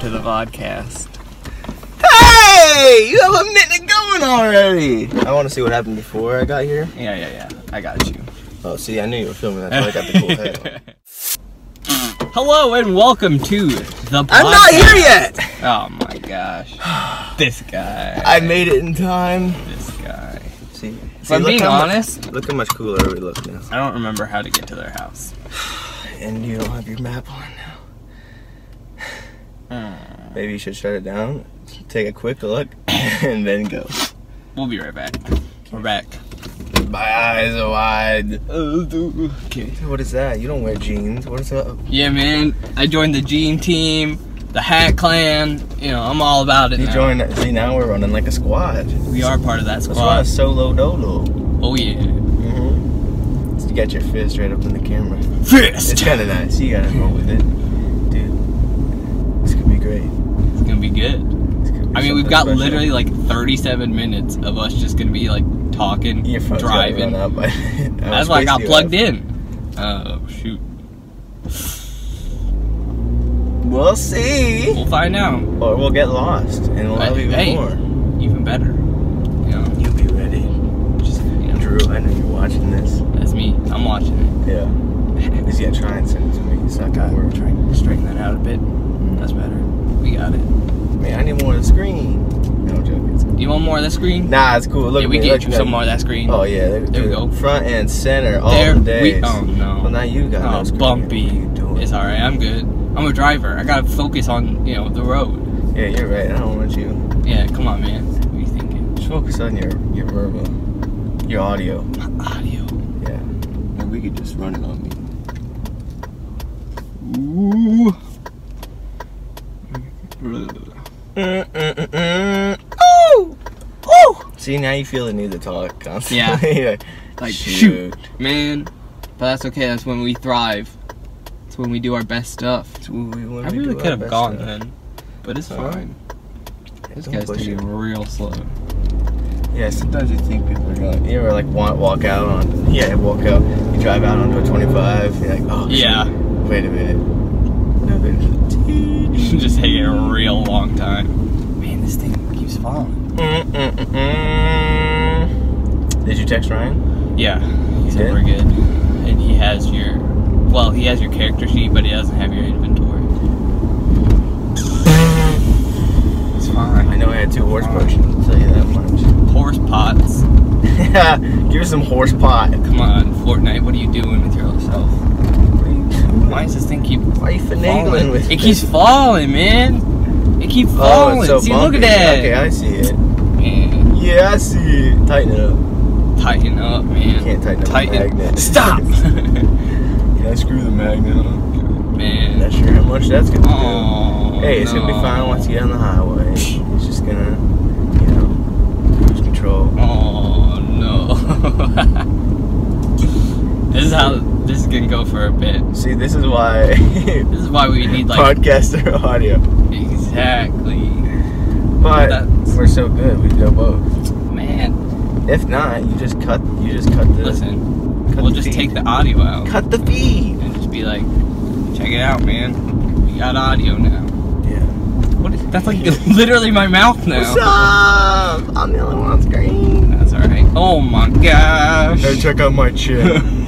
to the podcast. Hey! You have a minute going already! I want to see what happened before I got here. Yeah, yeah, yeah. I got you. Oh, see, I knew you were filming. That's why I got the cool head. on. Hello and welcome to the podcast. I'm not here yet. Oh my gosh. This guy. I made it in time. This guy. See, If see I'm look being how much- honest, look how much cooler we look now. I don't remember how to get to their house. And you don't have your map on now. Hmm. Maybe you should shut it down, take a quick look, and then go. We'll be right back. We're back. My eyes are wide. Okay. What is that? You don't wear jeans. What is up? Yeah, man. I joined the Gene team, the Hat Clan. You know, I'm all about it. You now. joined. See, now we're running like a squad. We are part of that That's why squad. it's solo dolo. Oh yeah. Mm-hmm. You got your fist right up in the camera. It's Fist. kind of nice. You gotta roll with it, dude. This could be great. It's gonna be good. This could be I mean, we've something got special. literally like 37 minutes of us just gonna be like talking, Your phone's gotta driving. run out by- I That's was why I got pissed you plugged off. in. Oh shoot. We'll see, We'll find out. or we'll get lost, and we'll Hey, have even hey. more. Even better. You know, You be ready, just you know, Drew. I know you're watching this. that's me. I'm watching Yeah, it. he's gonna try and send it to me. It's not gonna work. Straighten straighten that out a bit. That's better. We got it. Man, I need more of the screen. No I'm joking. Do you want more of the screen? Nah, it's cool. Look, Did at we me, get look you at some me. more of that screen? Oh yeah, there, There we go. Front and center all there the days. we. Oh no. Well, now you got no Oh, screen. bumpy. What are you doing? It's alright. I'm good. I'm a driver. I gotta focus on you know the road. Yeah, you're right. I don't want you. Yeah, come on, man. What are you thinking? Just focus on your your verbal, your audio. My audio. Yeah. And we could just run it on me. Ooh. Mm, mm, mm, mm. Oh, oh. See now you feel the need to talk constantly. You're like, Like shoot. man. But that's okay. That's when we thrive. It's when we do our best stuff. It's what we want I to really do could our have best gone at. then, but it's Alright. fine. This Don't guy's push taking it. real slow. Yeah, sometimes you think people are going. You ever like want walk out on? Yeah, walk out. You drive out onto a 25. You're like, oh. Yeah, shit, Wait a minute. No, there's a T. just taking a real long time. Man, this thing keeps falling. Mm, mm, mm, mm. Did you text Ryan? Yeah, he said did? we're good, and he has your, well, he has your character sheet, but he doesn't have your inventory. It's fine. I know I had two horse potions. I'll tell you that much. Horse pots. Give her some horse pot. Come on, Fortnite. What are you doing with yourself? Why does this thing keep Why are you falling? finagling with Oh, It keeps falling, man. It keeps falling. See, look bumpy. at that. Okay, I see it. Man, Yeah, I see it. Tighten it up. tighten up, You man. can't tighten up the Tighten. magnet. Stop. yeah, screw the magnet on. man. Not sure how much that's gonna Oh, do. Hey, it's gonna be no. fine once you get on the highway. It's just gonna, you know, cruise control. Oh no. this is how this is gonna go for a bit. See, this is why This is why we need like podcaster audio. exactly, But That's- we're so good, we do both. man. If not, you just cut. You just cut the. Listen, cut we'll the just feed. take the audio out Cut the feed. and just be like, check it out, man. We got audio now. Yeah. What is that's like literally my mouth now. What's up? I'm the only one on screen. That's alright. Oh my gosh. Hey, check out my chin.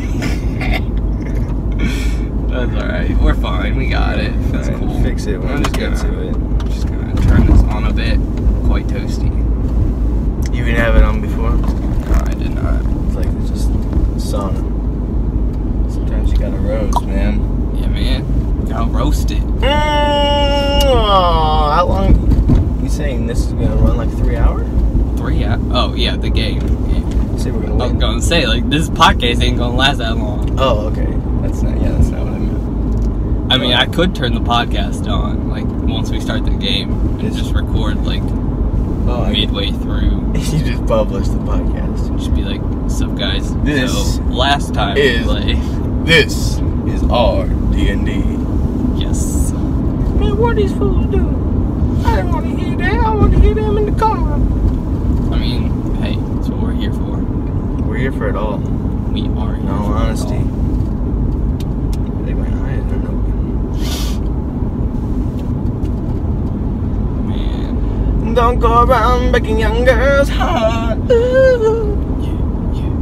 That's alright. We're fine. We got it. That's Alright, cool. Fix it when I'm we just get gonna, to it. just gonna turn this on a bit. Quite toasty. You didn't have it on before. No, I did not. It's like it's just sauna. Sometimes you gotta roast, man. Yeah, man. Got roasted. Mm, aw, how long? You saying this is gonna run like three hours? Three out. Oh yeah, the game. Yeah. Say we're I gonna was wait. gonna say like this podcast ain't gonna last that long. Oh, okay. That's not. Yeah, that's not what I meant. I mean, I could turn the podcast on like once we start the game and just record like Oh, I- midway through. you just published the podcast. Just be like, "Sup guys?" This so last time we is- played- This is our D and D. yes. Man, what these fools doing? I don't want to hear that. I want to hear them in the car. I mean, hey, that's what we're here for. We're here for it all. We are. In all honesty. They went high and they're open. don't go around breaking young girls' heart. Ooh. Yeah, yeah, yeah.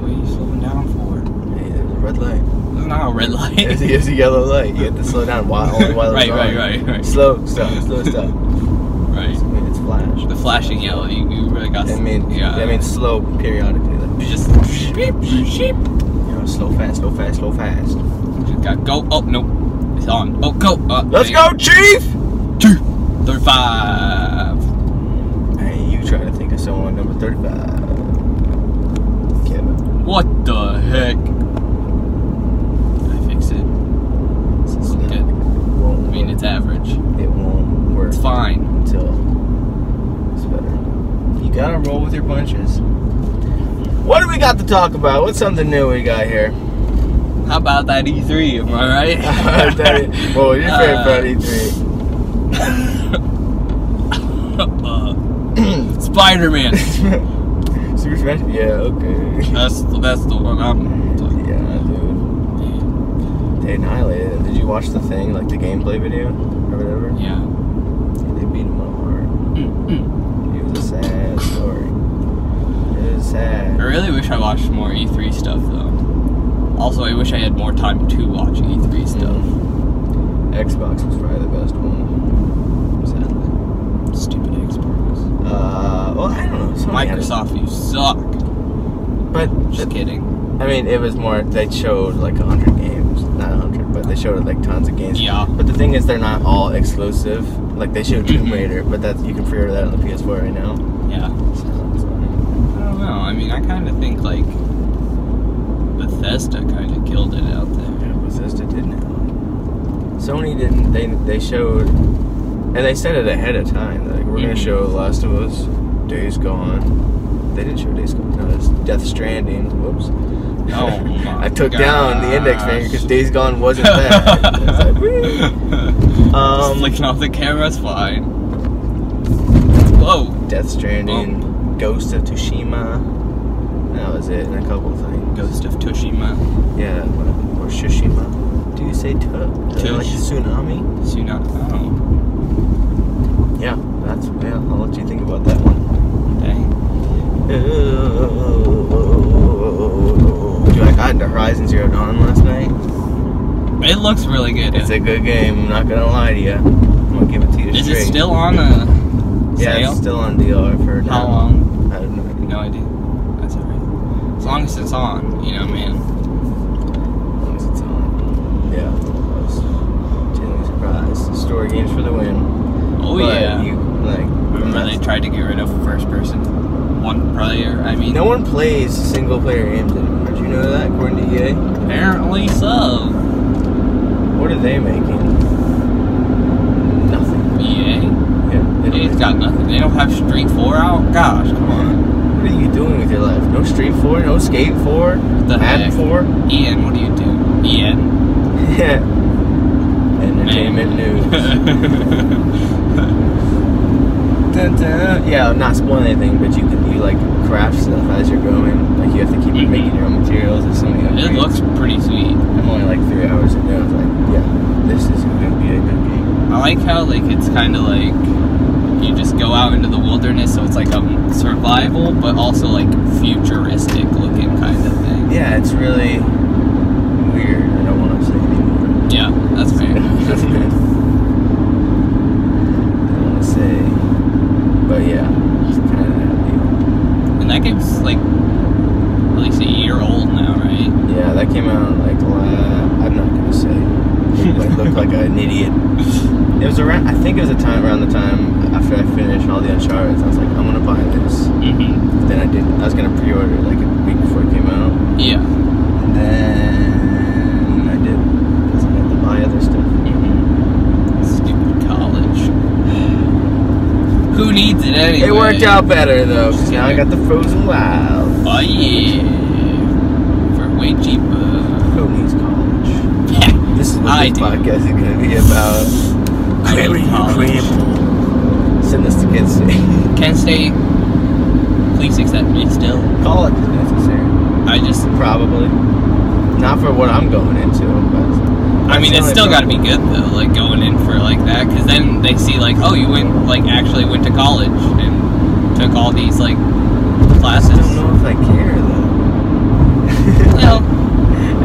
What are you slowing down for? Hey, there's a red light. It's not a red light. There's a, there's a yellow light. You have to slow down while only while it's Right, right, on. right, right. Slow, stop, slow, stop. right. I mean, it's flash. The flashing yellow. You, you really got. I mean, yeah. I mean, slow periodically. Like, you just sheep, sheep. you know, slow, fast, slow, fast, slow, fast. Just got go. Oh no, it's on. Oh go. Uh, Let's dang. go, Chief. Two, thirty-five. Hey, you try to think of someone number thirty-five? Kevin. What the heck? Did I fix it? This is It's good. Won't I mean, it's average. It won't work. It's fine. until it's better. You gotta roll with your punches. What do we got to talk about? What's something new we got here? How about that E3? Am I right? Uh, Whoa, you're very proud of E3. uh, Spider Man. Super Smash? Yeah, okay. That's that's the one I'm. Talking. yeah, dude. They annihilated him. Did you watch the thing, like the gameplay video or whatever? Yeah. They beat him up hard. It was a sad story. It was I sad. really wish I watched more E3 stuff though. Also, I wish I had more time to watch E3 stuff. Mm-hmm. Xbox was probably the best one. Sadly. Stupid Xbox. Uh, well, I don't know. Sony had it. Microsoft, you suck. But Just kidding. I mean, it was more. They showed like hundred games, not hundred, but they showed like tons of games. Yeah. But the thing is, they're not all exclusive. Like they showed Tomb Mm-hmm. Raider, but that's you can pre-order that on the PS4 right now. Yeah. I don't know. I mean, I kind of think like Bethesda kind of killed it out there. Yeah, Bethesda didn't. Sony didn't. They they showed, and they said it ahead of time. Like we're gonna Mhm. show Last of Us, Days Gone. They didn't show Days Gone. No, it's Death Stranding. Whoops. Oh my I took down the index finger because gosh. Days Gone wasn't that. It's like, whee. Just Um, flicking off the camera's fine. Whoa. Um, Death Stranding, Ghost of Tsushima. That was it, and a couple of things. Ghost of Toshima. Yeah, what- or Shishima. Do you say tu? Like Tush. tsunami? Tsunami. Oh. Yeah, that's. Yeah, I'll let you think about that one. Dang. Dude, I got into Horizon Zero Dawn last night. It looks really good. It's a good game. I'm not gonna lie to you. I'm gonna give it to you Is straight. it still on a Yeah, sale? it's still on DLR for now. How long? I don't know. No idea. That's alright. As long as it's on, you know, man. As long as it's on. Yeah. I was genuinely surprised. Story games for the win. Oh But yeah. You, like, Remember they that's- tried to get rid of first person one player. I mean, no one plays single player games anymore. Did you know that, according to E EA? apparently so. What are they making? Nothing. EA, Yeah. They EA's don't E got nothing. They don't have Street Four out. Gosh, come on. what are you doing with your life? No Street 4, no Skate 4, the Madden heck? 4? Ian, E what do you do? E Ian. Yeah. Entertainment news. Dun, dun. Yeah, I'm not spoiling anything, but you can you like craft stuff as you're going. Like you have to keep Mhm. making your own materials. It's something. it I'm- looks pretty sweet. I'm only like three hours in there. I was like, yeah, this is gonna be a good game. I like how like it's kind of like you just go out into the wilderness, so it's like um survival, but also like futuristic looking kind of thing. Yeah, it's really weird. I don't want to say anymore. Yeah, that's fair. That's I fair. don't want to say, but yeah, it's kind of that And that game's like at least a year old now, right? deal. Yeah, that came out like la I'm not gonna say. I looked like an idiot. It was around. I think it was a time around the time after I finished all the Uncharted. I was like, I'm gonna buy this. Mm-hmm. Then I did. I was gonna pre-order like a week before it came out. Yeah. And then I did. Because I had to buy other stuff. hmm Stupid college. Who needs it anyway? It worked out better though, 'cause now I got the frozen wild. Oh yeah. For way cheaper. Who needs college? This is what I this do. podcast is gonna be about. I hate Crazy college. people. Send this to kids. Kent State, please accept me still. college is necessary. I just Probably. Not for what I'm going into, but I mean, it's That's the still only got to be good though, like going in for like that, because then they see like, oh, you went like actually went to college and took all these like I don't classes. know if I care though. Well,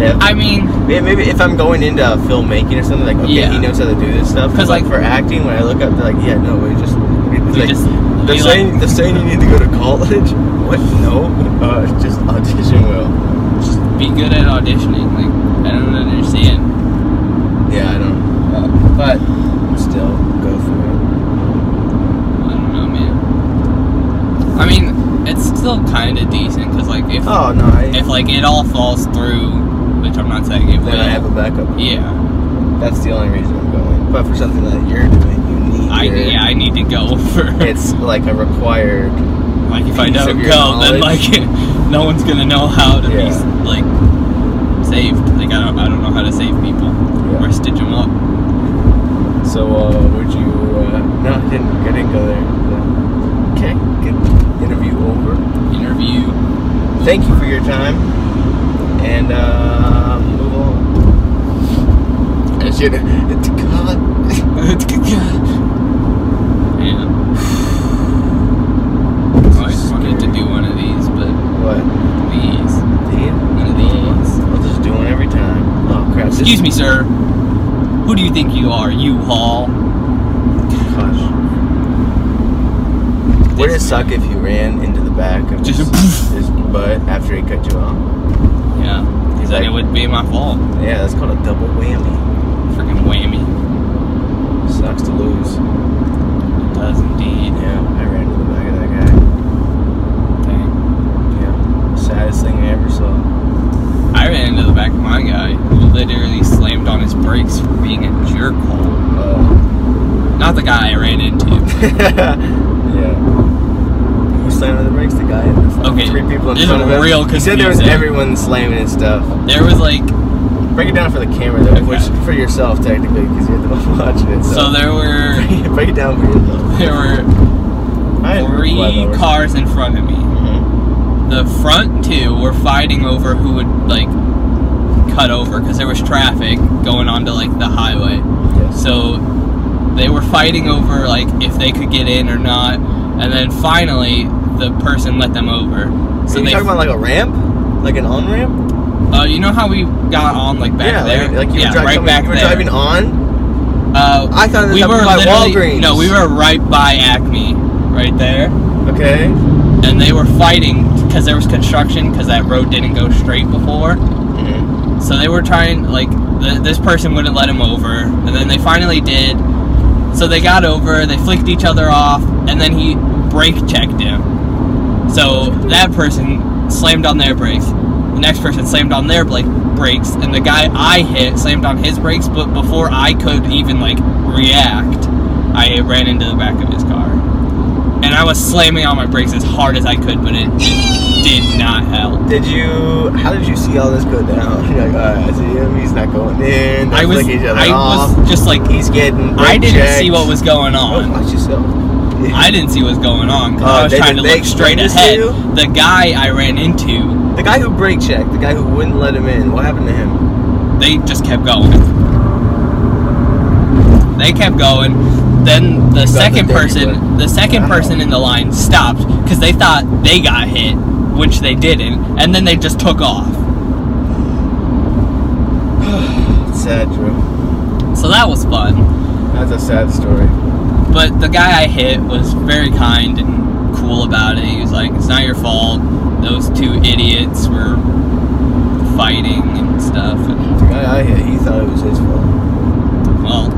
yeah. I mean, Yeah, maybe if I'm going into filmmaking or something, like okay, Yeah. he knows how to do this stuff. 'Cause, But, like, like- for acting, when I look up, they're like, yeah, no, we just, it's we like, just they're we, saying they're saying you need to go to college. What? No, uh, just audition will. like, just be good at auditioning. Like, I don't understand. Yeah, I don't. Uh, but still, go for I don't know, man. I mean, it's still kind of decent because like if it. Oh no, I, if like it all falls through, which I'm not saying it then I have will. a backup. Yeah, That's the only reason I'm going. But for something that you're doing, you need. I your- yeah I need to go for. It's like a required. Like if I Piece don't go, of your then like knowledge. no one's gonna know how to Yeah. be like saved. Like I don't, I don't know how to save people or stitch them up. So, uh, would you? Uh, no, I didn't. I didn't go there. Okay, good interview over. Interview. Thank you for your time, and uh, move on. I should. It's God. yeah. I always wanted to do one of these, but What? these, Damn. one of these. I'll just do one every time. Oh crap! this- Excuse me, sir. Who do you think you are, you haul? Gosh. Would it suck if you ran into the back of Just a his, poof. his butt after he cut you off? Yeah. Because then it would be my fault. Yeah, that's called a double whammy. Freaking whammy. Sucks to lose. It does indeed. Yeah, I ran into the back of that guy. Dang. Yeah. Saddest thing I ever saw. I ran into the back of my guy who literally slammed on his brakes for being a jerkhole. Oh. Not the guy I ran into. yeah. Who slammed on the brakes? The guy in the front. Okay, Three people in this is front of him. real eh? He said there was confusing. everyone slamming and stuff. There was like Break it down for the camera though, Okay. which for yourself technically, because you're the one watching it. So, so there were break, it, break it down for yourself. there were I had three flyover. cars in front of me. Mhm. The front two were fighting over who would like cut over because there was traffic going onto like the highway. Yes. So they were fighting over like if they could get in or not, and then finally the person let them over. So So you they talking about like a ramp, like an on ramp? Uh, you know how we got on like back yeah, there? like, like you yeah, were, driving, right back you were there. driving on. uh, I thought that we that were was by literally Walgreens. no, we were right by Acme, right there, Okay. and they were fighting because there was construction because that road didn't go straight before. Mhm. So they were trying like th- this person wouldn't let him over, and then they finally did. So they got over, they flicked each other off, and then he brake checked him. So that person slammed on their brakes. The next person slammed on their bla- brakes, and the guy I hit slammed on his brakes. But before I could even like react, I ran into the back of his car, and I was slamming on my brakes as hard as I could, but it, it did not help. Did you? How did you see all this go down? You're like, all right, I see him. He's not going in. They I was, flick each other I off. was just like He's getting. I brake didn't checked. see what was going Oh, on. watch yourself. I didn't see what was going on 'cause Oh, I was they trying to didn't- look they straight explained this ahead. to you? The guy I ran into, the guy who brake checked, the guy who wouldn't let him in. What happened to him? they just kept going. They kept going. Then the the second dirty person, foot. the second Wow. person in the line stopped because they thought they got hit, which they didn't, and then they just took off. It's sad, Drew. So that was fun. That's a sad story. But the guy I hit was very kind and cool about it. He was like, "It's not your fault. Those two idiots were fighting and stuff." And The guy I hit, he thought it was his fault. Well,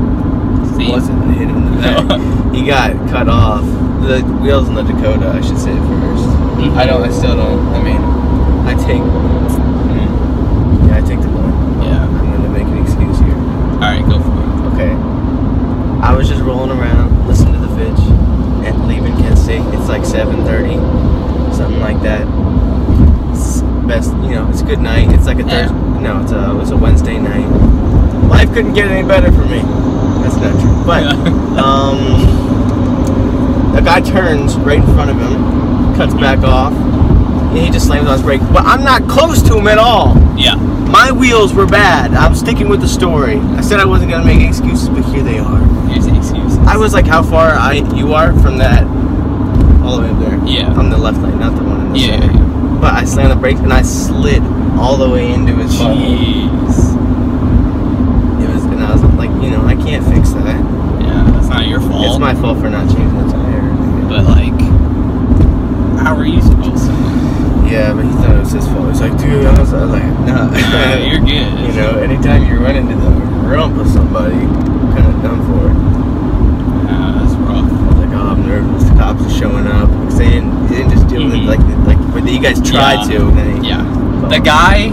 see, It wasn't. I hit him in the back. he got cut off. The wheels in the Dakota, I should say it 1st Mhm. I don't. I still don't. I mean, I take. Mm-hmm. Yeah, I take the blame. yeah. I'm gonna make an excuse here. All right, go for Okay. I was just rolling around, listening to the Fitch, and leaving Kent State. It's like 7:30, something like that. It's best, you know, it's a good night. It's like a Yeah. Thursday. No, it's a, it was a Wednesday night. Life couldn't get any better for me. That's not true. But Yeah. um, a guy turns right in front of him, cuts back off, and he just slams on his brake. But I'm not close to him at all. Yeah. My wheels were bad. I'm sticking with the story. I said I wasn't gonna make excuses, but here they are. Here's the excuse. I was like, how far I you are from that, all the way up there. Yeah. On the left lane, not the one in the Yeah, center. yeah, yeah. But I slammed the brakes and I slid all the way into his bubble. Jeez. It was, and I was like, you know, I can't fix that. Yeah, that's not your fault. It's my fault for not changing the tire. But like, how were you supposed to? Yeah, but he thought it was his fault. He's like, dude, I was, I was like, nah. Nah, you're good. You know, anytime you run into the rump of somebody, kind of done for. it. Nah, that's rough. I was like, oh, I'm nervous. The cops are showing up. 'Cause they didn't, they didn't just do Mhm. it like, like, but you guys tried Yeah. to. And then he- Yeah. The guy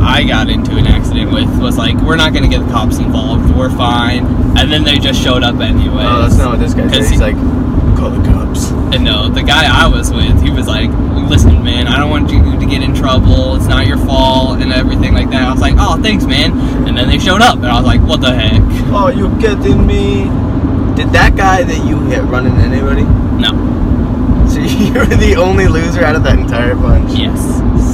I got into an accident with was like, we're not gonna get the cops involved. We're fine. And then they just showed up anyway. Oh, that's not what this guy said. 'Cause He's he- like, call the cops. And no, the guy I was with, he was like, listen, man, I don't want you to get in trouble. It's not your fault and everything like that. I was like, oh, thanks, man. And then they showed up, and I was like, what the heck? Oh, you kidding me? Did that guy that you hit run into anybody? No. So you were the only loser out of that entire bunch. Yes.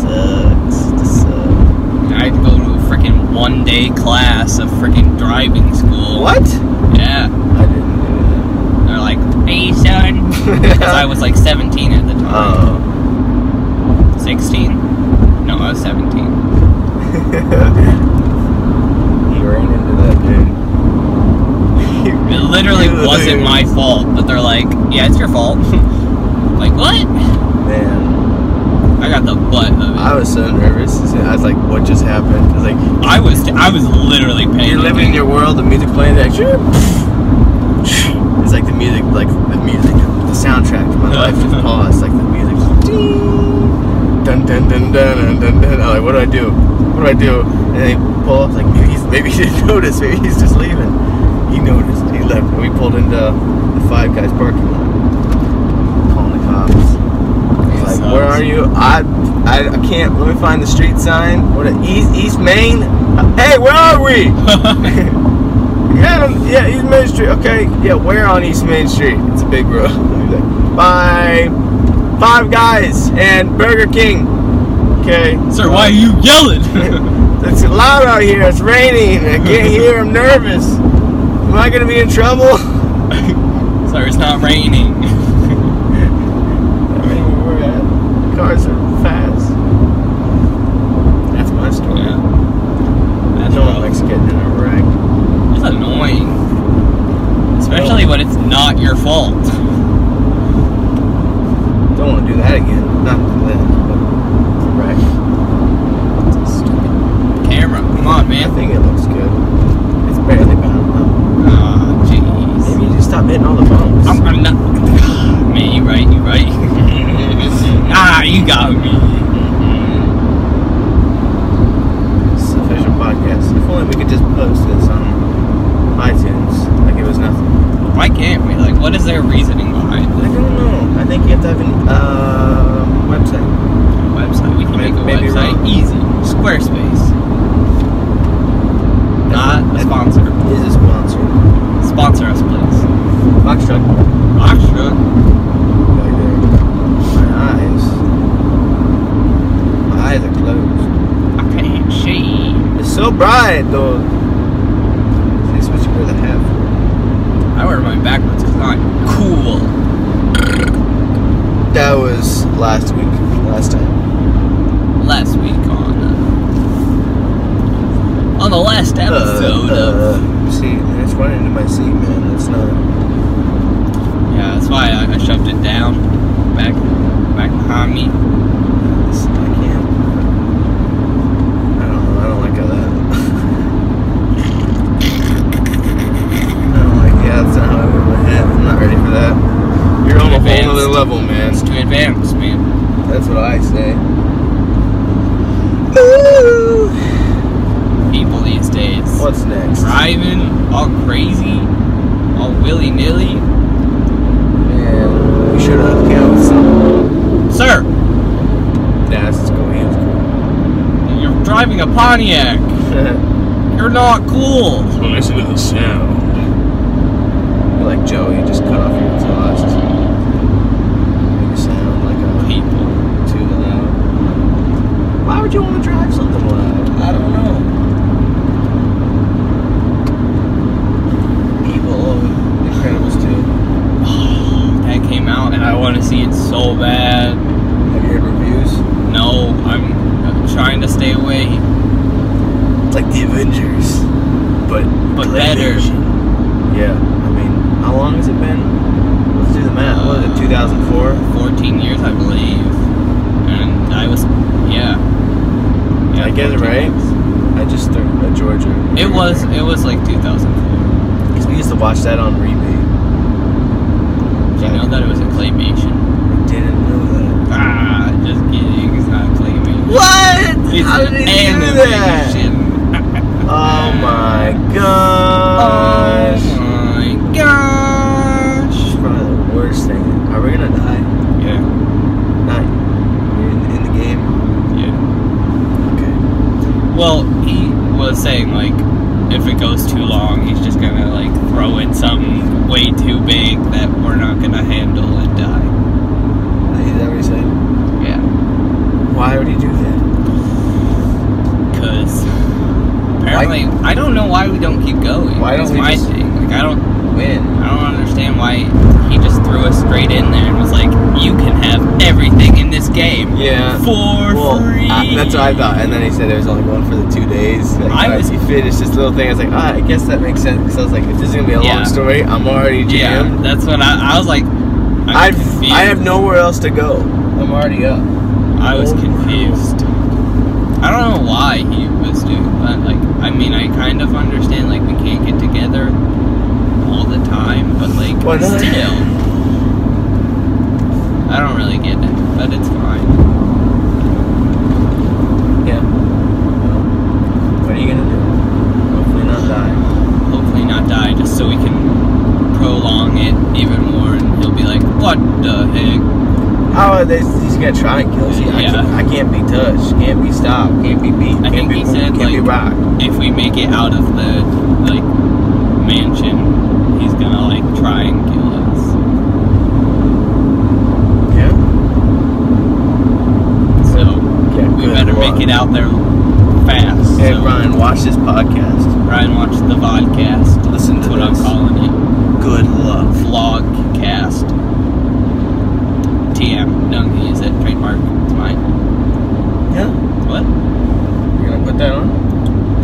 Sucks. This sucks. I had to go to a freaking one day class of freaking driving school. What? Yeah. I didn't They're like, hey, son. do that. Because I was like 17 at the time. Oh. 16? No, I was 17. you ran into that dude. You- It literally you wasn't lose. my fault, but they're like, yeah, it's your fault. like, what? Man, I got the butt of it. I was so nervous. I was like, what just happened? I was like, I was I was literally panicking. You're living in your world. The music playing. Like, it's like the music, like the music, the soundtrack to my life just paused. Like the music. just ding. Dun dun dun dun dun dun dun. I'm like, what do I do? What do I do? And they pull up. Like maybe he's maybe he didn't notice. Maybe he's just leaving. He noticed. He left. And we pulled into the Five Guys parking lot. Calling the cops. He's like, where are you? I, I, I can't. Let me find the street sign. What? East East Main. Hey, where are we? Yeah, I'm- yeah, East Main Street. Okay, yeah, where on East Main Street? It's a big road. By Five Guys and Burger King. Okay. Sir, why are you yelling? It's loud out here. It's raining. I can't hear. I'm nervous. Am I gonna be in trouble? Sir, it's not raining. I mean, we're at. Cars are fast. That's my story. yeah. That's No one rough. likes getting in a wreck. It's annoying. Especially when it's not your fault. Don't want to do that again. Not do that. But wreck. Camera, come on, I man. think it looks good. It's barely bound up. Ah, Maybe jeez. you just stop hitting all the bumps. I'm, I'm not. Man, you right, you right. ah, you got me. This is official podcast. If only we could just post this on iTunes. Like it was nothing. Why can't we? Like, what is their reasoning behind I the don't know. I think you have to have an uh, website. website? We can May- make a maybe website wrong. easy. Squarespace. Not a sponsor. Is a sponsor. Sponsor us, please. Box truck. Right Oxtra. there. My eyes. My eyes are closed. I can't see. It's so bright though. This is what you wear the hat for. I wear mine backwards because I'm cool. That was last week. Last time. Last week on uh, on the last episode of Uh, see, it's running into my seat, man. It's not. yeah, that's why I, I shoved it down back back behind me. This- I can't. I don't know. I don't like how that. I don't like. Yeah, that's not how I move my head. I'm not ready for that. You're on a whole other Advanced. level, man. It's too advanced, man. That's what I say. People these days What's next? driving all crazy, all willy nilly. Man, we should have counted some. Sir, Nah, it's just going in. you're driving a Pontiac. You're not cool. Listen to the sound. You're like Joey, just cut off your exhaust. Make a sound like a People, too loud. would you want to drive something loud? I don't know. Evil, oh, Incredibles 2. That came out, and I want to see it so bad. Have you heard reviews? No, I'm I'm trying to stay away. It's like the Avengers, but But better. television. Yeah, I mean, how long has it been? Let's do the math. What was it, 2004? 14 years, I believe, and I was, yeah. I get it, 14 right? years. I just threw a Georgia. It was, it was like 2004. Because we used to watch that on repeat. Did you know that it was a claymation? I didn't know that. Ah, just kidding. It's not claymation. What? It's How did an you do that? animation. Oh my gosh. Oh my gosh. It's probably the worst thing. Are we gonna die? Yeah, Not in, in the game. yeah. Okay. Well, he was saying like if it goes too long, he's just gonna like throw in something way too big that we're not gonna handle and die. Is that what he said? Yeah, Why would he do that? because apparently I don't know why we don't keep going. Why don't That's we my just- thing. Like I don't, Win. I don't understand why he just threw us straight in there and was like, "You can have everything in this game Yeah. for Well, free." I, that's what I thought. And then he said there was only one for the two days. Like, I I was- was, he finished this little thing. I was like, ah, I guess that makes sense. Because I was like, if this is gonna be a Yeah. long story, I'm already yeah, jammed. that's what I, I was like. I'm I've, confused. I have nowhere else to go. I'm already up. I was confused. I don't know why he was doing that. Like, I mean, I kind of understand, like, we can't get together all the time, but, like, Why not? still. I don't really get it, but it's fine. Yeah. What are you gonna do? Hopefully not die. Hopefully, not die, just so we can prolong it even more, and he'll be like, what the heck? How are they? He's gonna try and kill us. I, Yeah. can't, I can't be touched. Can't be stopped. Can't be beat. I can't think be he moved, said, Can't be like- rocked. If we make it out of the, like, mansion, he's gonna, like, try and kill us. Yeah. So. Okay. We better make it out there fast. Hey, so Brian, watch this podcast. Ryan watched the vodcast. Listen That's to what I'm this. calling it. Good love. Vlogcast. TM. Don't use it. Trademark. It's mine. Yeah. What? You're gonna put that on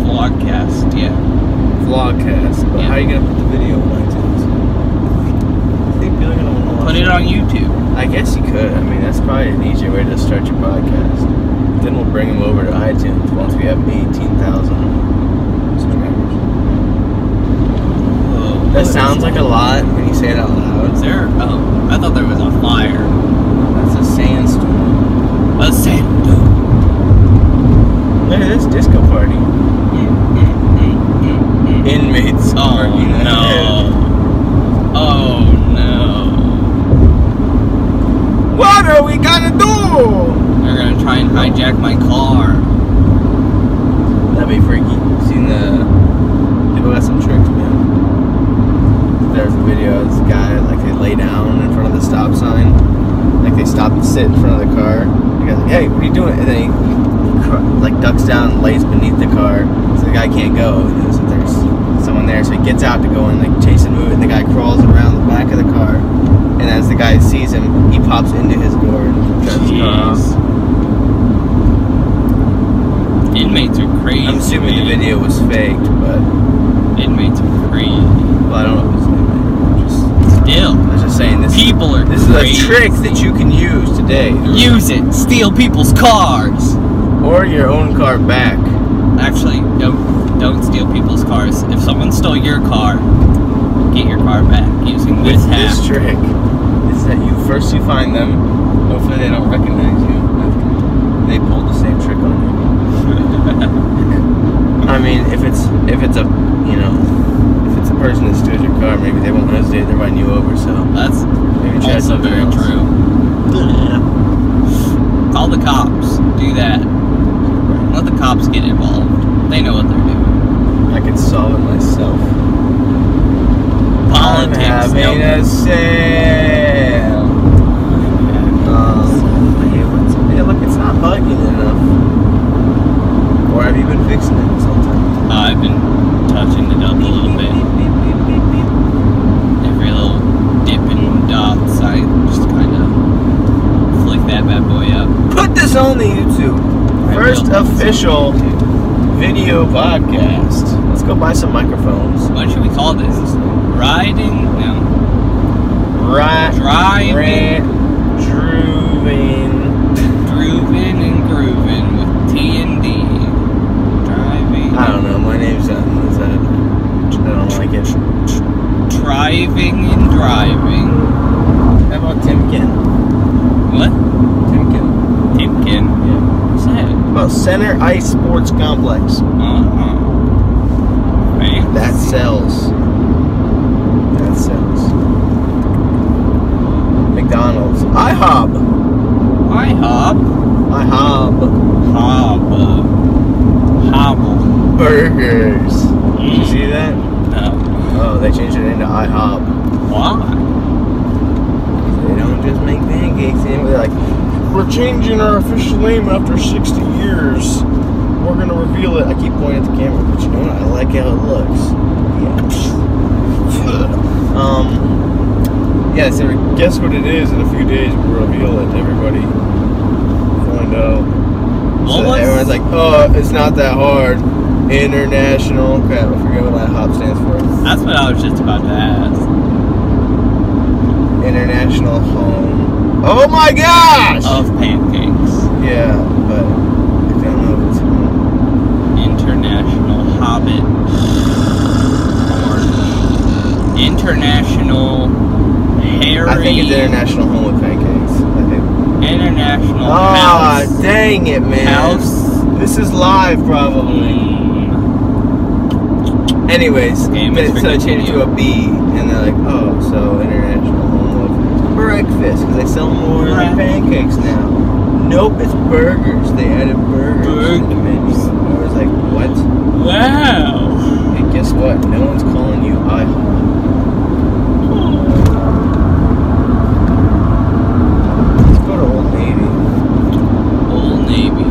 Vlogcast. Yeah. vlogcast. But Yeah. how are you gonna put the video on iTunes? I think people are gonna wanna watch Put it on YouTube. I guess you could. I mean, that's probably an easier way to start your podcast. Then we'll bring them over to iTunes once we have 18,000 subscribers. Whoa. That sounds like a lot when you say it out Is loud. there? Oh, I thought there was a fire. That's a sandstorm. A sand dune. Look at this disco party. Mm, mm, mm, mm, mm. Inmates. Oh party. no. Oh no. What are we gonna do? They're gonna try and hijack my car. That'd be freaky. Seen the people got some tricks, man. There's a video of this guy like they lay down in front of the stop sign. Like they stop and sit in front of the car. The guy's like, hey, what are you doing? And then he cr- like ducks down and lays beneath the car. So the guy can't go. And there's, there's someone there. So he gets out to go and like chase and move. And the guy crawls around the back of the car. And as the guy sees him, he pops into his door and drives the car off. Jeez. Inmates are crazy. I'm assuming the man. video was faked, but Inmates are crazy. well, I don't know if it's fake. I'm just Still, I was just saying this. people are This is a crazy. trick that you can use today, Use it. Steal people's cars. or your own car back. Actually, don't don't steal people's cars. If someone stole your car, get your car back using this This hack. trick is that you first you find them. Hopefully they don't recognize you. They pulled the same trick on you. I mean, if it's if it's a you know if it's a person that steals your car, maybe they won't hesitate to run you over. So That's maybe try also something very else. true. Call the cops. Do that. Let the cops get involved. They know what they're doing. I could solve it myself. politics. I'm having No, a sale. Um, yeah, what's- yeah, look, it's not bugging enough. It's only YouTube. I First will. official video podcast. Let's go buy some microphones. What should we call this? Riding? No. Right. Driving. Ra- Driving. Grooving and grooving with T and D. Driving. I don't know. My name's that. Is that? I don't like it. Driving and driving. How about Timken? What? Timken. Timken. Yeah. What's that? How about Center Ice Sports Complex? Uh-huh. Right. That sells. That sells. McDonald's. IHOP. Hi, Hob. IHOP. Hob. Hobble. Burgers. Did you Mm. see that? No. Oh, they changed it into IHOP. Why? They don't just make pancakes anymore. They're like, we're changing our official name after 60 years. We're gonna reveal it. I keep pointing at the camera, but you know what? I like how it looks. Yeah. um. Yeah. So guess what it is? In a few days, we'll reveal it to everybody. Find out. What so was? everyone's like, oh, it's not that hard. International crap. I forget what IHOP stands for. That's what I was just about to ask. International home. Oh my gosh! Of pancakes. Yeah, but I don't know if it's home. International Hobbit. Or International Harry. I think it's international home with pancakes. I think. International Ah, House. dang it, man. House. This is live, probably. Mm. Anyways, Game they, is so they changed it to continue. a B, and they're like, oh, so international home of breakfast, because they sell more Breakfast. pancakes now. Nope, it's burgers. They added burgers, to the menu. Burgers. I was like, what? Wow. And guess what? No one's calling you IHOP. Let's go to Old Navy. Old Navy.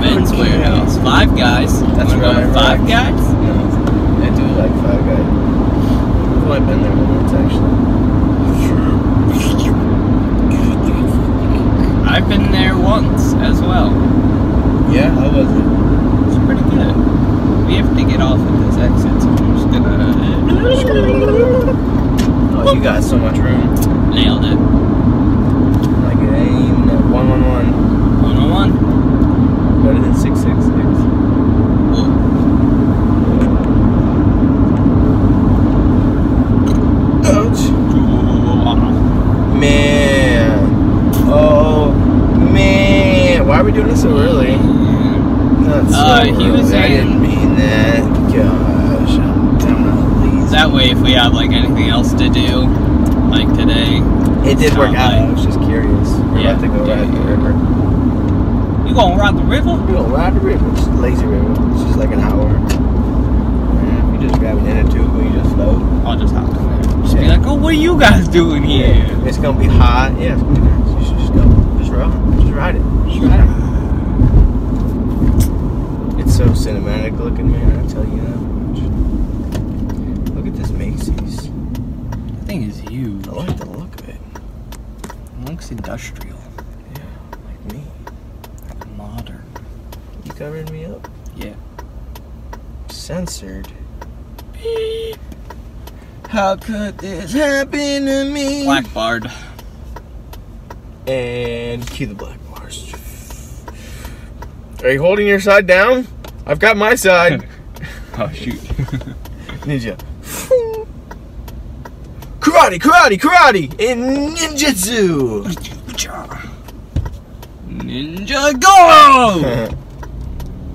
Men's Warehouse. Five guys. That's Wanna go right, with Five right. guys? No, I do like Five Guys. Well, I've been there once, actually. I've been there once as well. Yeah, how was it? It's pretty good. We have to get off at this exit, so I'm just uh, gonna. Oh, you got so much room. Nailed it. Like, it ain't even a one-on-one. 101. Better than 666. Whoa. Ouch. Man. Oh, man. Why are we doing this so early? Not so Uh, he early. was I in- didn't mean that. Gosh. I'm not pleased. That way, if we have like anything else to do, like today, It did work out. I was just curious. We're Yeah. about to go Yeah, ride the yeah. river. you gonna ride the river? We're going to ride the river. It's a lazy river. It's just like an hour. And if you just grab an inner tube and you just float. I'll just hop in there. Just be Yeah. like, oh, what are you guys doing here? It's going to be hot. Yeah, it's going to be nice. You should just go. Just ride. Just ride it. Just ride it. It's so cinematic looking, man. I tell you that much. Look at this Macy's. That thing is huge. I like the look of it. Looks industrial, Like me. modern. You covering me up? Yeah. Censored. How could this happen to me? Blackbard. And cue the black bars. Are you holding your side down? I've got my side. Oh shoot. Ninja. Karate, karate, karate, and ninjutsu. Ninja go!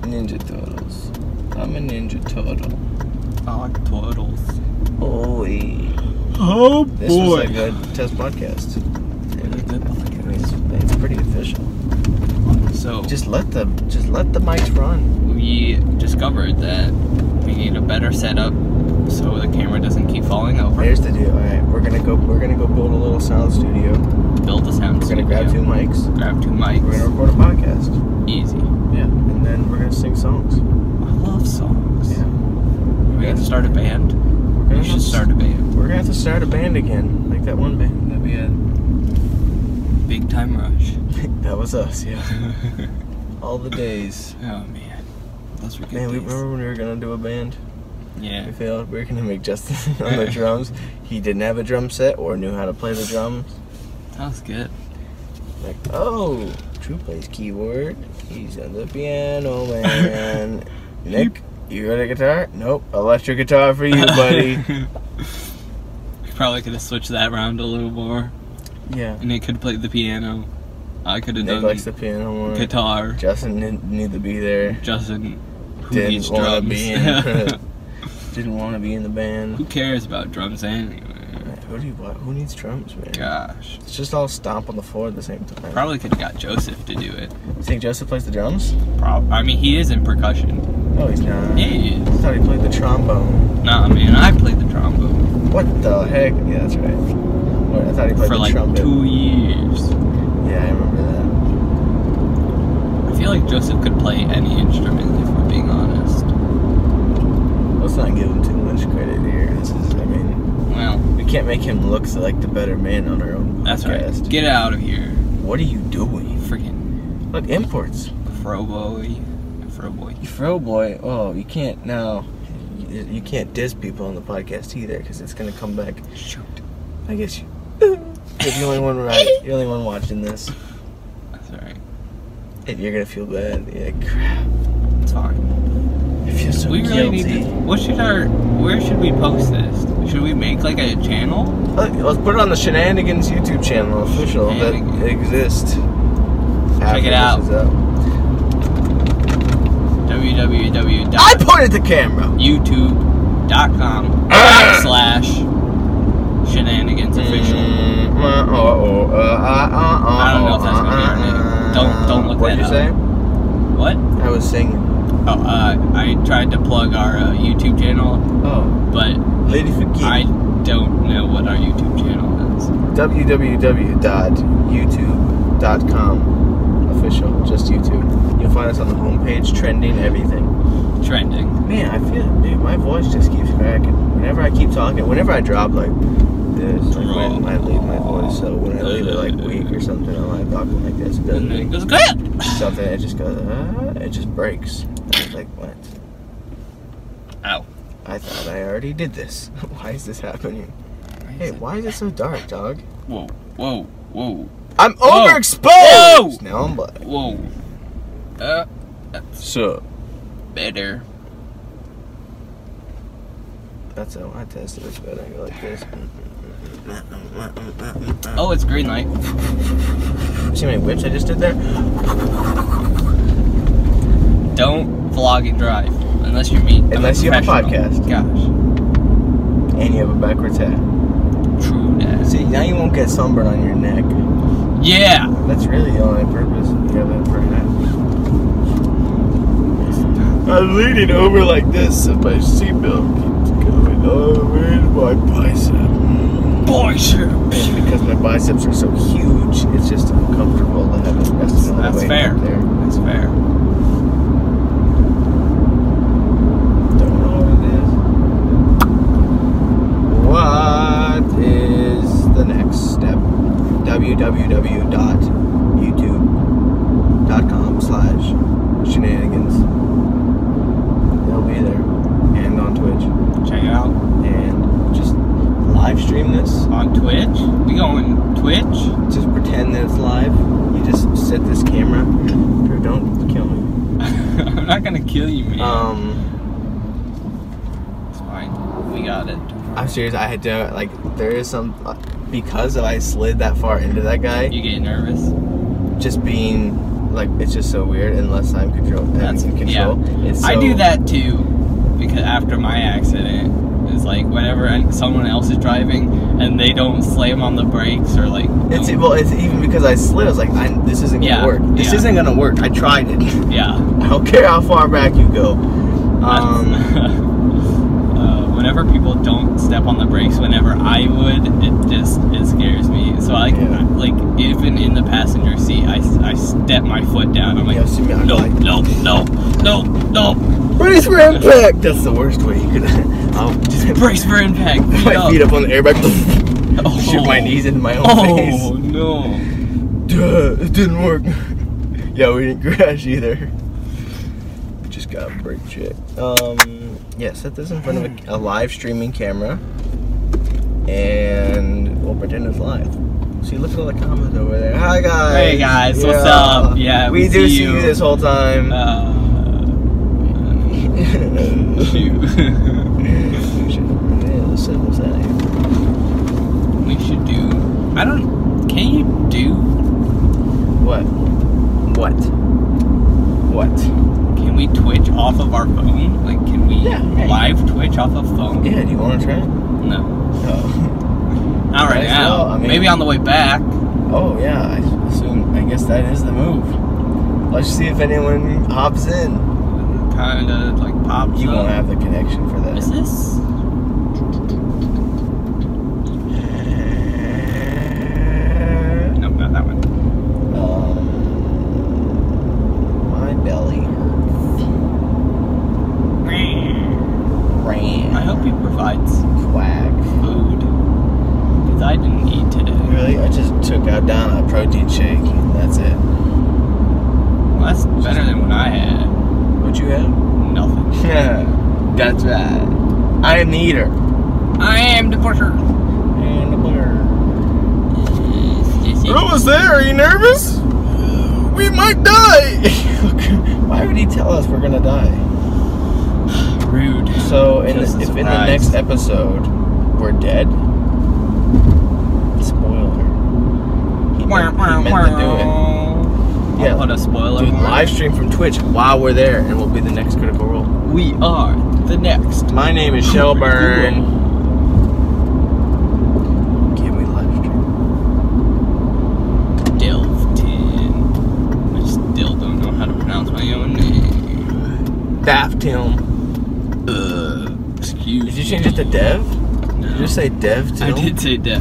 ninja Turtles. I'm a Ninja Turtle. Dog turtles. Oh, Oh boy. This was like a test podcast. It's, it's pretty official. So Just let the just let the mics run. we discovered that we need a better setup so the camera doesn't keep falling over. Here's the deal. All right, we're gonna go. We're gonna go build a little sound studio. Build the sound. We're gonna grab two studio. mics. Grab two We're gonna mics. record a podcast. Easy. Yeah, and then we're gonna sing songs. I love songs. Yeah. Are we gonna start a band? We're We gonna should start a band. We're gonna have to start a band again, like that one band that we had. Big time rush. That was us, yeah. oh All the days. man, those were good Man, we days. remember when we were gonna do a band? We yeah, failed. We were gonna make Justin on the drums. He didn't have a drum set or knew how to play the drums. that was good. Like, oh, Drew plays keyboard. He's on the piano, man. Nick, you got a guitar? Nope. Electric guitar for you, buddy. We Probably could have switched that round a little more. yeah. And Nick could play the piano. I could have Nick done likes the piano more. guitar. Justin didn't need to be there. Justin, who needs Didn't want drums? to be in. didn't want to be in the who band. cares about drums anyway? Who, do you, what, who needs drums, man? Gosh, It's just all stomp on the floor at the same time. probably could have got Joseph to do it. Think Joseph plays the drums? Prob- I mean, he is in percussion. No, he's not. He I is. thought he played the trombone. Nah, man, I played the trombone What the heck? Yeah, that's right. Wait, I thought he played for the like trumpet. two years. Yeah, I remember that. I feel like Joseph could play any instrument if we're being honest. Let's not give him too much credit here. This is, I mean, Well, we can't make him look so- like the better man on our own that's podcast. right. Get out of here, What are you doing? freaking Look, imports. fro boy, fro boy. You fro boy. Oh, you can't now. You, you can't diss people on the podcast either because it's gonna come back. Shoot. I guess you. You're the only one right. You're the only one watching this. That's alright. And you're gonna feel bad. Yeah, crap. It's fine. I feel so we really guilty. need to. What should our? Where should we post this? Should we make like a channel? Let- Let's put it on the Shenanigans YouTube channel, official, that Shenanigans. exists. Check it out. I pointed the camera. www.youtube.com Ah! backslash shenanigans official. Mm, uh, oh, oh, uh, uh, uh, I don't know if that's uh, gonna be right. Don't- don't look What'd that you What? say? I was singing. Oh, uh, I tried to plug our uh, YouTube channel, Oh, but Lady I Forget. don't know what our YouTube channel is. www.youtube.com official, just YouTube. You'll find us on the homepage, trending everything. Trending. Man, I feel, dude, my voice just keeps cracking. Whenever I keep talking, whenever I drop like this, like when I leave my voice, so when I leave it like weak or something, I'm like talking like this, it And doesn't then it goes clip. something. It just goes. Uh, it just breaks. I was like, what? Ow. I thought I already did this. Why is this happening? Hey, why is it so dark, dog? Whoa! Whoa! Whoa! I'm Whoa. overexposed. Whoa. Now I'm black. Whoa! Uh, So better. that's how I tested it. But I go like this. Oh, it's green light. See how many whips I just did there? Don't vlog and drive unless you're me. I'm Unless you have a professional. And you have a backwards hat. Gosh, true that. See, now you won't get sunburn on your neck. Yeah. That's really the only purpose. You have that for that. I'm leaning over like this, and my seatbelt keeps going over my bicep. Man, Boy, sure. because my biceps are so huge, it's just uncomfortable to have it rest on the That's way fair. up there. That's fair. Don't know what it is. What is the next step? www.youtube.com slash shenanigans. They'll be there. And on Twitch. Check it out And just live stream this. on Twitch. We going Twitch? Just pretend that it's live. You just set this camera. Drew, don't kill me. I'm not gonna kill you, man. Um. it's fine. We got it. I'm serious. I had to like there is some uh, because I slid that far into that guy. You get nervous? Just being like it's just so weird unless I'm control. That's- That's in control. It's I so- do that too because after my accident, it's like whenever I- someone else is driving and they don't slam on the brakes or like. It's don't- well. It's even because I slid. I was like, I, this isn't gonna Yeah, work. This yeah. isn't gonna work. I tried it. yeah. I don't care how far back you go. Um, uh, whenever people don't step on the brakes, whenever I would, it just it scares me. So I Yeah. I- like even in the passenger seat, I, s- I step my foot down. I'm like, Yeah, see me, I'm no, like- no, no, no, no, brace for impact. That's the worst way you could. I'll just brace for impact. my feet up on the airbag. shoot my knees into my own Oh face. no! Duh, it didn't work. yeah, we didn't crash either. We just got brake check. Um, yeah, set this in front of a, a live streaming camera, and we'll pretend it's live. See, look at all the comments over there. Hi guys. Hey, guys, what's up? Yeah, we, we do see see you you. Oh. this whole time. Uh, shoot. Yeah, let's set this out here. we should do. I don't. Can you do? What? What? What? Can we Twitch off of our phone? Like, can we Yeah, yeah. live Twitch off of phone? Yeah, do you want to try it? No. Oh. Not right Might as now. well, I mean- Maybe on the way back. Oh, yeah, I assume, I guess that is the move. Let's see if anyone hops in. Kind of like pops You up. won't have the connection for that. Is this? No, not that one. Um, Uh, my belly hurts. Ran. I hope he provides Quack. food. Cause I didn't eat today. Really? I just took out Donna a protein shake. and That's it. Well, that's better than what I had. What'd you have? Nothing. That's right. I am the eater. I am the pusher. And the blur. Yes, yes, We're yes. almost there. Are you nervous? We might die. Why would he tell us we're gonna die? Rude. So, in the, Just a if in the surprise. next episode we're dead, spoiler. He meant, he meant to do it. I'll Yeah. put a spoiler. Dude, warning. live stream from Twitch while we're there, and we'll be the next Critical Role. We are the next. My name is Shelburne. Give me live stream. Delfton. I still don't know how to pronounce my own name. Daft Tim. Uh, excuse Did you change it to Dev? Did you just say Dev Tim? I did say Dev.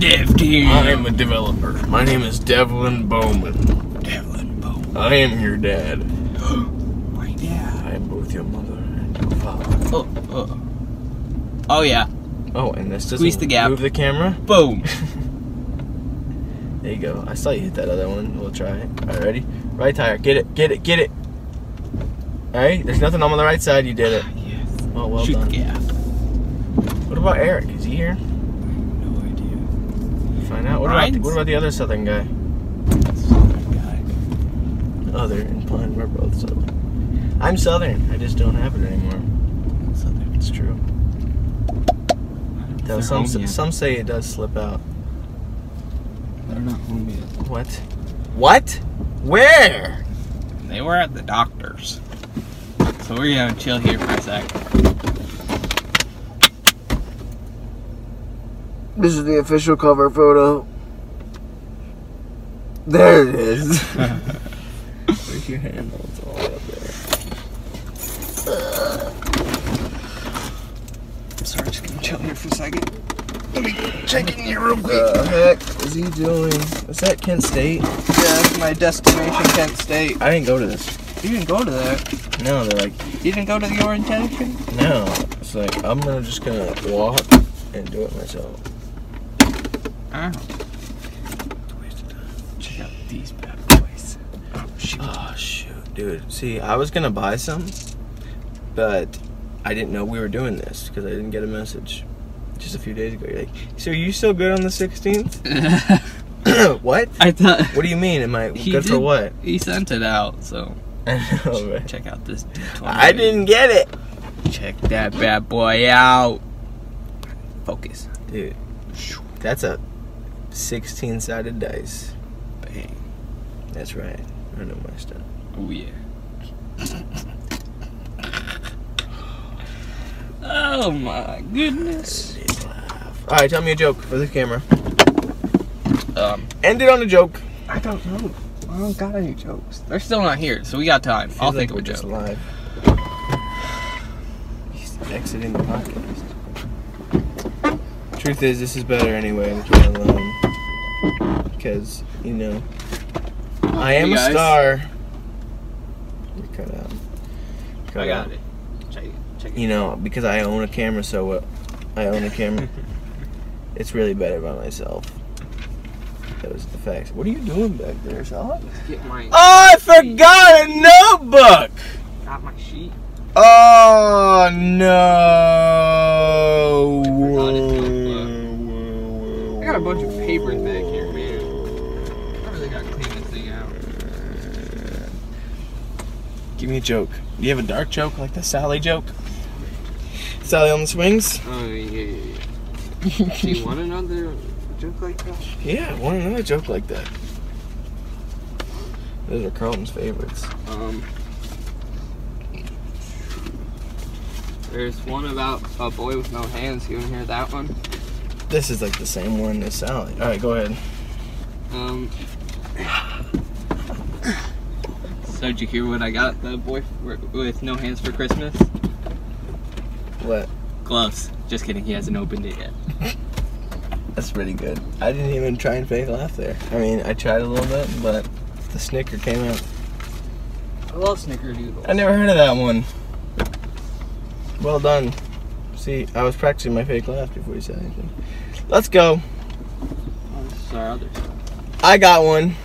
Devkin. I'm a developer. My name is Devlin Bowman. Devlin Bowen. I am your dad. My dad. I am both your mother and your father. Oh, oh. Oh, yeah. Oh, and this doesn't Squeeze the gap. move the camera. Boom. There you go. I saw you hit that other one. We'll try it. All right, ready? Right tire. Get it. Get it. Get it. All right. There's nothing on the right side. You did it. yes. Oh, well Shoot done. the gap. What about Eric? Is he here? No idea. Find out. What about, Ryan's- what about the other southern guy? That's another guy. Other implying we're both southern. I'm southern. I just don't have it anymore. That's other- It's true. They're Though some home yet. some say it does slip out. They're not home yet. What? What? Where? They were at the doctor's. So we're gonna chill here for a sec. This is the official cover photo. There it is. Where's your handle? It's all the way up there. I'm sorry, just gonna chill here for a second. Checking here real quick. The heck is he doing? Is that Kent State? Yeah, my destination Kent State. I didn't go to this. You didn't go to that. No, they're like, You didn't go to the orientation? no. It's like I'm gonna just gonna walk and do it myself. Oh. Check out these bad boys. Oh, shoot. Oh shoot, dude. See, I was gonna buy some, but I didn't know we were doing this because I didn't get a message just a few days ago. You're like, so are you still good on the 16th? what? I thought What do you mean? Am I He good for did- what? he sent it out, so I know, right? check out this. D20. Oh, I didn't get it, check that bad boy out. Focus. dude. That's a 16-sided dice. Bang. That's right. I know my stuff. Oh yeah. oh my goodness. All right, tell me a joke for the camera. Um, End it on a joke. I don't know. I don't got any jokes. They're still not here, so we got time. I'll Feels think like we're of a just joke. live. He's exiting the podcast. Truth is, this is better anyway with me alone. Because, you know, I am Hey, a guys. star. We cut out. Cut I out. got it. Check it. Check it. You know, because I own a camera so well. I own a camera. it's really better by myself. That was the facts. What are you doing back there, Sal? Get my I forgot a notebook. got my sheet. Oh no! forgot his notebook. I got a bunch of papers back here, man. I really gotta clean this thing out. Give me a joke. Do you have a dark joke like the Sally joke? Sally on the swings? Oh yeah. yeah, yeah. Do you want another joke like that? Yeah, I want another joke like that. Those are Carlton's favorites. Um, there's one about a boy with no hands. You want to hear that one? This is like the same one as Sally. All right, go ahead. Um, so did you hear what I got the boy f- with no hands for Christmas? What? Gloves. Just kidding. He hasn't opened it yet. That's pretty good. I didn't even try and fake laugh there. I mean, I tried a little bit, but the snicker came out. I love snickerdoodles. I never heard of that one. Well done. See, I was practicing my fake laugh before you said anything. Let's go. Oh, this is our other stuff. I got one.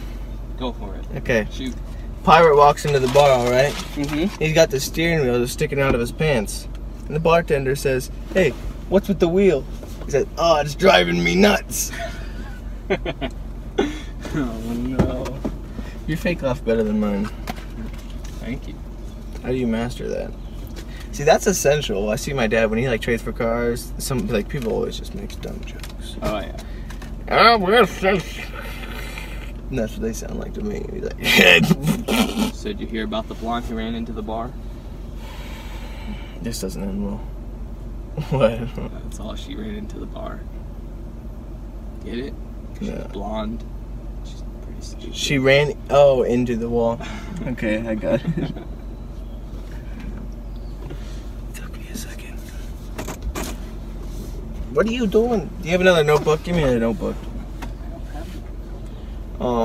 Go for it. Okay. Shoot. Pirate walks into the bar, alright? Mm-hmm. He's got the steering wheel just sticking out of his pants. And the bartender says, Hey, what's with the wheel? He says, Oh, it's driving me nuts. Oh no. Your fake laugh better than mine. Thank you. How do you master that? See, that's essential. I see my dad when he like trades for cars. Some like people always just makes dumb jokes. Oh yeah. Ah, well, thanks. And that's what they sound like to me. He's like, So did you hear about the blonde who ran into the bar? this doesn't end well. What? That's all. She ran into the bar. Get it? 'Cause She's Yeah. blonde. She's pretty stupid. She ran. Oh, into the wall. Okay, I got it. Took me a second. What are you doing? Do you have another notebook? Give me another notebook. Oh.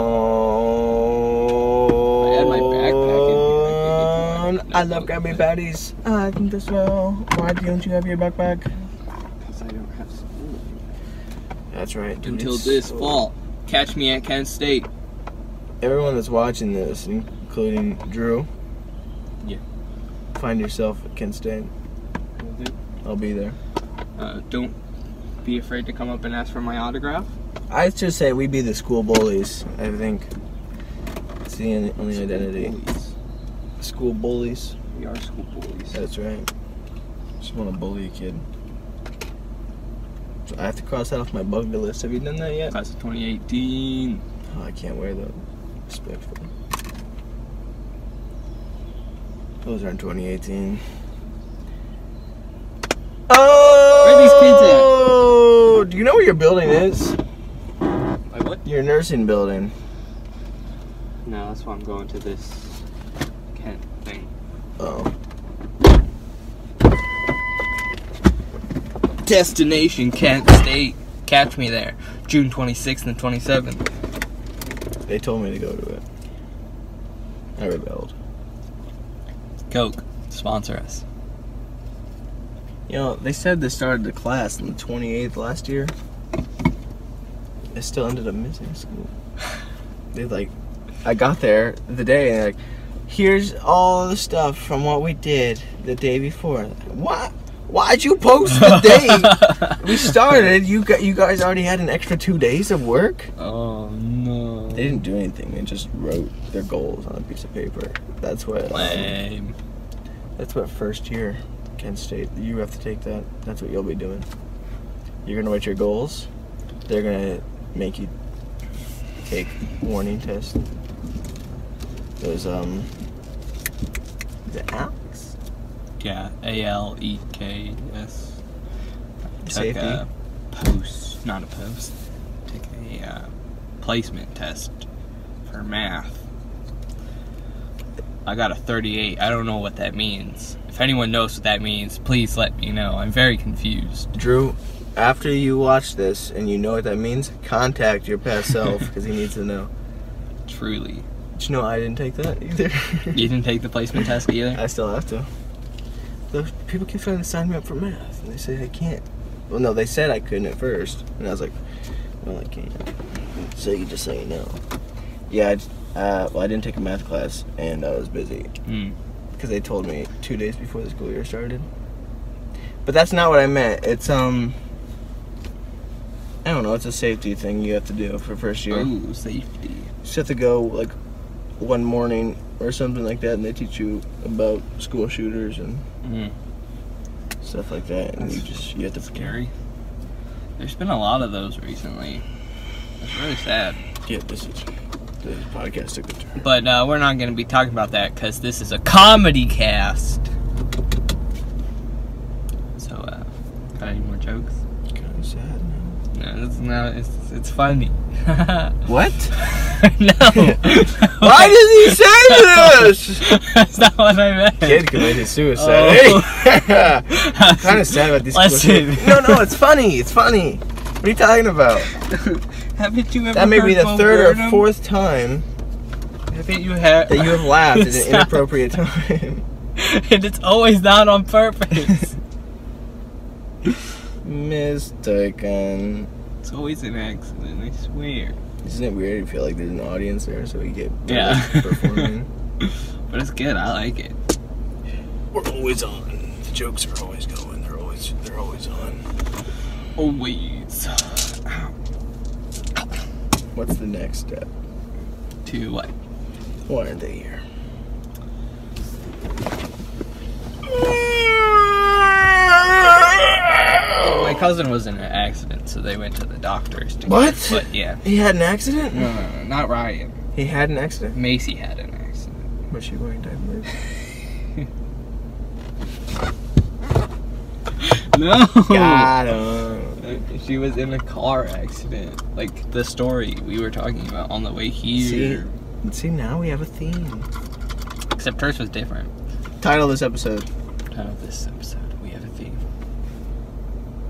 I had my backpack in here. I think it's my I love grabby notebook. baddies. I think this well. Why don't you have your backpack? Because I don't have school. That's right. dude, Until it's this so- fall. Catch me at Kent State. Everyone that's watching this, including Drew. Yeah. Find yourself at Kent State. I'll be there. Uh, don't be afraid to come up and ask for my autograph. I just say we be the school bullies. I think it's the only, only identity. Bullies. School bullies. We are school bullies. That's right. Just want to bully a kid. So I have to cross that off my bug list. Have you done that yet? Class of 2018. Oh, I can't wear those. Respectful. Those aren't 2018. Oh! Where are these kids at? Oh! Do you know where your building is? Wait, what? Your nursing building. No, that's why I'm going to this Kent thing. Oh. Destination Kent State. Catch me there. June 26th and 27th. They told me to go to it. I rebelled. Coke, sponsor us. You know, they said they started the class on the 28th last year. I still ended up missing school. They like, I got there the day and they're like, here's all the stuff from what we did the day before. What? Why'd you post the day we started? You got, you guys already had an extra two days of work. Oh no. They didn't do anything. They just wrote their goals on a piece of paper. That's what. Lame. That's what first year Kent State. You have to take that. That's what you'll be doing. You're gonna write your goals. They're gonna make you take warning tests. Those um. The Alex Yeah, A L E K S. Took safety. a post, not a post. Took a uh, placement test for math. I got a 38. I don't know what that means. If anyone knows what that means, please let me know. I'm very confused. Drew, after you watch this and you know what that means, contact your past self because he needs to know. Truly. Did you know I didn't take that either? You didn't take the placement test either? I still have to. Those people keep trying to sign me up for math, and they say I can't. Well, no, they said I couldn't at first, and I was like, "Well, I can't." So you just so you know. Yeah, I j- uh, well, I didn't take a math class and I was busy Mm. because they told me two days before the school year started. But that's not what I meant. It's um, I don't know. It's a safety thing you have to do for first year. Ooh, safety. just have to go like one morning or something like that, and they teach you about school shooters and Mm. stuff like that. And you That's just you have to Scary. There's been a lot of those recently. It's really sad. Yeah, this is this podcast took a turn. But uh, we're not going to be talking about that because this is a comedy cast. So, uh, got any more jokes? Kind of sad. No, it's not. It's, it's funny. What? no. Why did he say this? That's not what I meant. Kid committed Oh. suicide. kind of sad about these. school Listen. shooters. No, no, it's funny. It's funny. What are you talking about? Haven't you ever? That may be heard the Bo third or Burnham? fourth time Haven't you had? that you have laughed at an Stop. inappropriate time. and it's always not on purpose. Mistaken. it's always an accident. I swear. Isn't it weird to feel like there's an audience there, so we get Yeah. privileged performing? But it's good. I like it. We're always on. The jokes are always going. They're always they're always on. Always. What's the next step? To what? Why aren't they here? My cousin was in an accident, so they went to the doctors. To What? But yeah. He had an accident. No, no, no, not Ryan. He had an accident. Macy had an accident. Was she wearing diapers? No. Got him. She was in a car accident. Like the story we were talking about on the way here. See, now we have a theme. Except hers was different. Title of this episode. Title of this episode, we have a theme.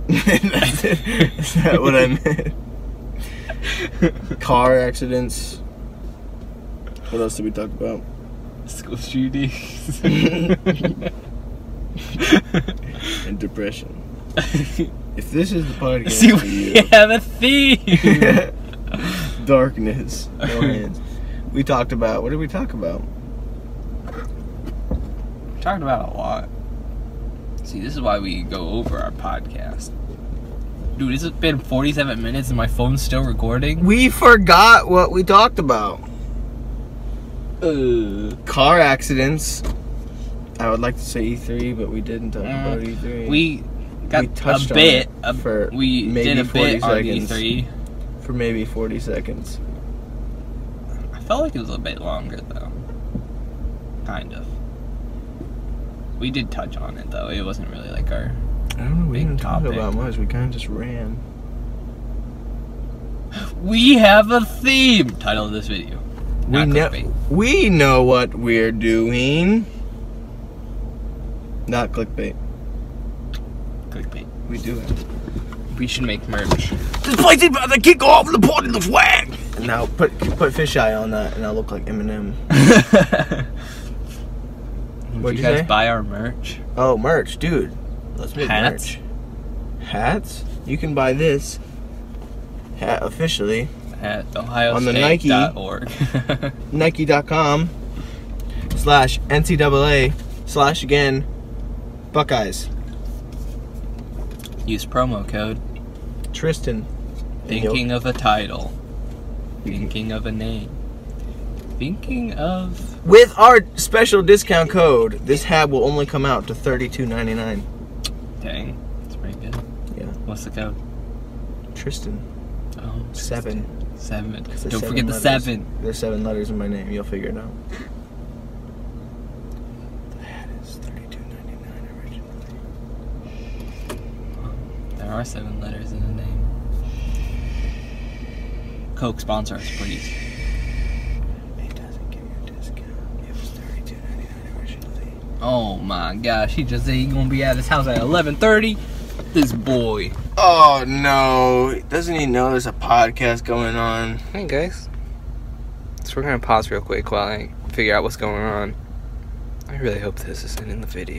That's it. Is that what I meant? Car accidents. What else did we talk about? School shootings. And depression. If this is the podcast See, for we you, have a theme. darkness, no hands. We talked about. What did we talk about? Talked about a lot. See, this is why we go over our podcast. Dude, this has been 47 minutes and my phone's still recording. We forgot what we talked about. Uh, Car accidents. I would like to say E3, but we didn't talk Mm, about E E3. we got touched a on bit. it A, for we maybe did a 40 bit on E seconds. E3. for maybe 40 seconds. I felt like it was a bit longer though. Kind of. We did touch on it though. It wasn't really like our. I don't know. We Big didn't talk topic. about much. We kind of just ran. We have a theme. Title of this video. We Not know, clickbait. we know what we're doing. Not clickbait. Clickbait. We do it. We should make merch. This place is about to kick off. The party looks whack. And now put put fisheye on that, and I'll look like Eminem. Would What'd you you guys say? buy our merch? Oh, merch, dude. Let's make Hats? merch. Hats. You can buy this hat officially At Ohio On the Nike. Nike.com slash NCAA slash again Buckeyes Use promo code. Tristan. And you'll- Thinking of a title. Thinking of a name. Thinking of. With our special discount code, this hat will only come out to thirty-two ninety-nine. Dang. That's pretty good. Yeah. What's the code? Tristan, Oh, seven. Seven. Don't It's the forget the letters. seven. There's seven letters in my name. You'll figure it out. The hat is thirty-two ninety-nine originally. There are seven letters in the name. Coke sponsor us, please. It doesn't give you a discount. It was thirty-two ninety-nine originally. Oh my gosh, he just said he's gonna be at his house at eleven thirty. This boy. Oh no! Doesn't he know there's a podcast going on? Hey guys. So we're gonna pause real quick while I figure out what's going on. I really hope this isn't in the video.